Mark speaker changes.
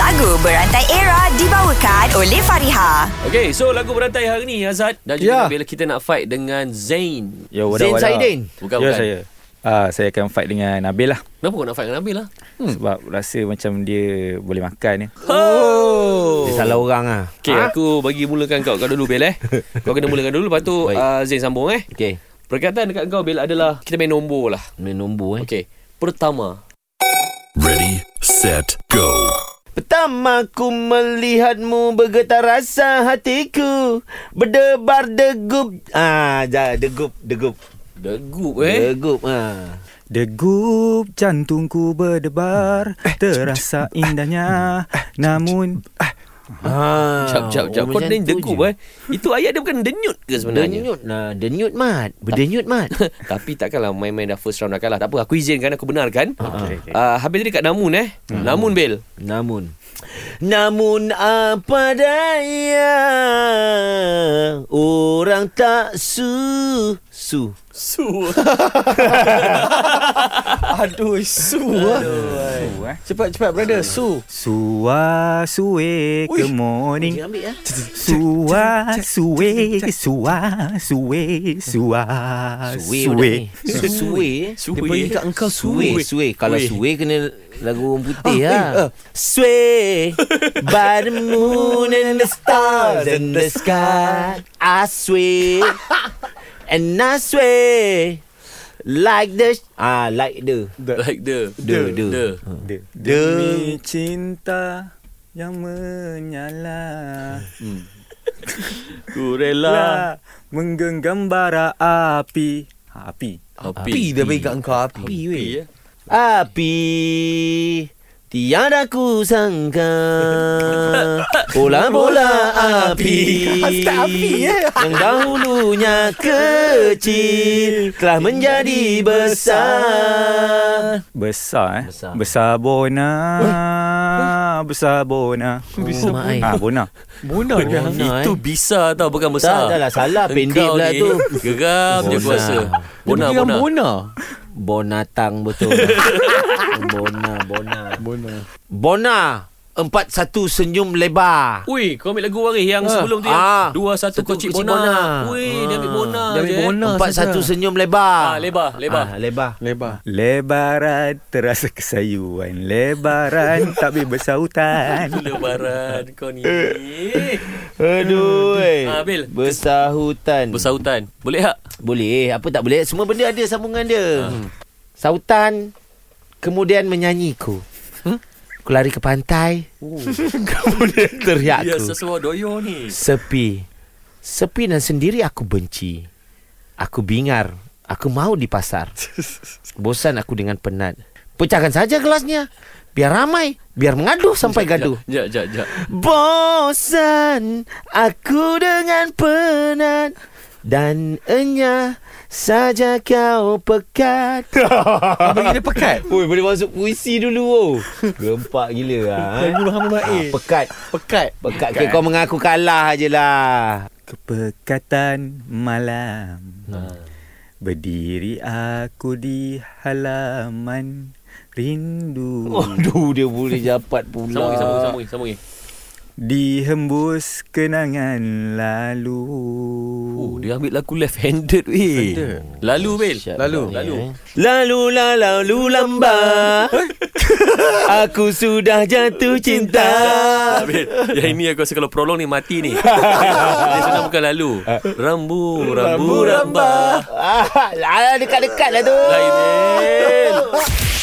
Speaker 1: Lagu Berantai Era dibawakan oleh Fariha.
Speaker 2: Okay, so lagu berantai hari ni Azad dan
Speaker 3: Ya. Oh,
Speaker 2: juga yeah. bila kita nak fight dengan Zain.
Speaker 4: Yo, what up,
Speaker 3: Zain
Speaker 4: what up?
Speaker 3: Saidin.
Speaker 2: Bukan
Speaker 4: Yo,
Speaker 2: bukan.
Speaker 4: Ya, saya. Ah, saya akan fight dengan Nabil lah.
Speaker 2: Kenapa kau nak fight dengan Nabil lah?
Speaker 4: Hmm. Sebab rasa macam dia boleh makan ya.
Speaker 2: Oh.
Speaker 3: Dia salah orang ah.
Speaker 2: Okay, ha? aku bagi mulakan kau kau dulu Bel eh. Kau kena mulakan dulu lepas tu uh, Zain sambung eh.
Speaker 3: Okey.
Speaker 2: Perkataan dekat kau Bel adalah kita main nombor lah.
Speaker 3: Main nombor eh.
Speaker 2: Okay. Pertama,
Speaker 5: Ready, set, go.
Speaker 3: Pertama ku melihatmu bergetar rasa hatiku berdebar degup. Ah, ja, degup, degup.
Speaker 2: degup eh.
Speaker 3: Degup ah.
Speaker 4: Degup jantungku berdebar Terasa indahnya Namun
Speaker 3: Ah.
Speaker 2: Jap, jap, jap. Kau ni degup eh. Itu ayat dia bukan denyut ke sebenarnya?
Speaker 3: Denyut nah, denyut mat. Berdenyut mat.
Speaker 2: Tapi takkanlah main-main dah first round dah kalah. Tak apa, aku izinkan aku benarkan.
Speaker 3: Okay,
Speaker 4: okay.
Speaker 2: Uh, habis tadi kat Namun eh.
Speaker 3: Hmm.
Speaker 2: Namun Bel.
Speaker 3: Namun Namun apa daya Orang tak su Su
Speaker 2: Su.
Speaker 3: Aduh su Aduh.
Speaker 4: Su eh
Speaker 3: Cepat cepat brother su
Speaker 4: Suwa suwe ke eh, morning
Speaker 3: Dia ambil ya
Speaker 4: Suwa suwe Suwa suwe Suwa suwe
Speaker 3: Ah, Suwe Suwe eh.
Speaker 2: Suwe.
Speaker 3: Dia pergi kat engkau suwe Suwe Kalau
Speaker 2: Suwe.
Speaker 3: suwe kena lagu orang putih lah Sway By the moon and the stars and the sky I sway And I sway Like the Ah like the
Speaker 2: Like the
Speaker 3: The, the.
Speaker 4: Demi cinta yang menyala
Speaker 2: Ku rela
Speaker 4: Menggenggam bara api Api
Speaker 2: Api
Speaker 3: dah bagi kat engkau api, api
Speaker 2: Api,
Speaker 3: weh.
Speaker 2: eh.
Speaker 3: Api Tiada ku sangka Bola-bola api api Yang dahulunya kecil Telah menjadi besar
Speaker 4: Besar eh
Speaker 3: Besar.
Speaker 4: Besar, besar bona Besar bona
Speaker 3: Besar mak ai.
Speaker 4: Ah bona
Speaker 2: Bona
Speaker 3: Bona,
Speaker 2: Itu
Speaker 3: eh.
Speaker 2: bisa tau Bukan
Speaker 3: Tak,
Speaker 2: besar
Speaker 3: tak lah, salah. Pendek
Speaker 2: Engkau
Speaker 3: pula
Speaker 2: ni
Speaker 3: tu.
Speaker 2: Geram je
Speaker 3: Bona.
Speaker 2: kuasa Bona
Speaker 6: Dia
Speaker 2: Bona
Speaker 6: Bona. Bona.
Speaker 3: Bonatang betul Bona Bona Bona Bona Empat satu senyum lebar
Speaker 2: Ui kau ambil lagu waris Yang sebelum tu yang
Speaker 3: Ah.
Speaker 2: Dua satu
Speaker 3: Satu
Speaker 2: kocik
Speaker 3: kocik
Speaker 2: Bona
Speaker 3: Bona.
Speaker 2: Ui dia ambil Bona
Speaker 6: Dia ambil
Speaker 2: je, eh.
Speaker 6: Bona.
Speaker 3: Empat
Speaker 6: saja.
Speaker 3: satu senyum
Speaker 2: Ah,
Speaker 3: lebar
Speaker 2: lebar, lebar.
Speaker 3: ah, Lebar
Speaker 6: Lebar.
Speaker 4: Lebaran terasa kesayuan Lebaran tak boleh bersautan
Speaker 2: Lebaran kau ni
Speaker 3: Aduh eh.
Speaker 2: Ah, Bil.
Speaker 3: Besar hutan
Speaker 2: Bersautan Boleh tak?
Speaker 3: Boleh eh. Apa tak boleh Semua benda ada sambungan dia
Speaker 2: Ah.
Speaker 3: hmm. Sautan Kemudian menyanyiku Ku lari ke pantai Kemudian teriakku
Speaker 2: Oh. Ya sesuai doyo ni
Speaker 3: Sepi Sepi dan sendiri aku benci Aku bingar Aku mau di pasar Bosan aku dengan penat Pecahkan saja gelasnya Biar ramai Biar mengadu sampai gaduh
Speaker 2: Jap jap jap
Speaker 3: Bosan aku dengan penat dan enyah saja kau pekat.
Speaker 6: Abang gila pekat.
Speaker 3: Oi, boleh masuk puisi dulu. Oh. Gempak gila lah.
Speaker 6: Bulu hamba
Speaker 3: Ah,
Speaker 6: baik.
Speaker 3: pekat.
Speaker 6: Pekat.
Speaker 3: Pekat ke kau mengaku kalah je lah.
Speaker 4: Kepekatan malam Berdiri aku di halaman Rindu
Speaker 3: Oh. Aduh, dia boleh japat pula.
Speaker 2: Sambung lagi sambung lagi, sambung lagi, sambung lagi.
Speaker 4: Dihembus kenangan lalu
Speaker 2: Oh dia ambil lagu left handed weh Lalu Bil
Speaker 6: Lalu.
Speaker 2: Lalu
Speaker 3: eh. ya. Lalu la lalu lamba Aku sudah jatuh cinta
Speaker 2: Habis Yang ini aku rasa kalau prolong ni mati ni Dia senang bukan lalu Rambu Rambu Ramba
Speaker 3: Ah, dekat-dekat lah tu.
Speaker 2: Lain Bil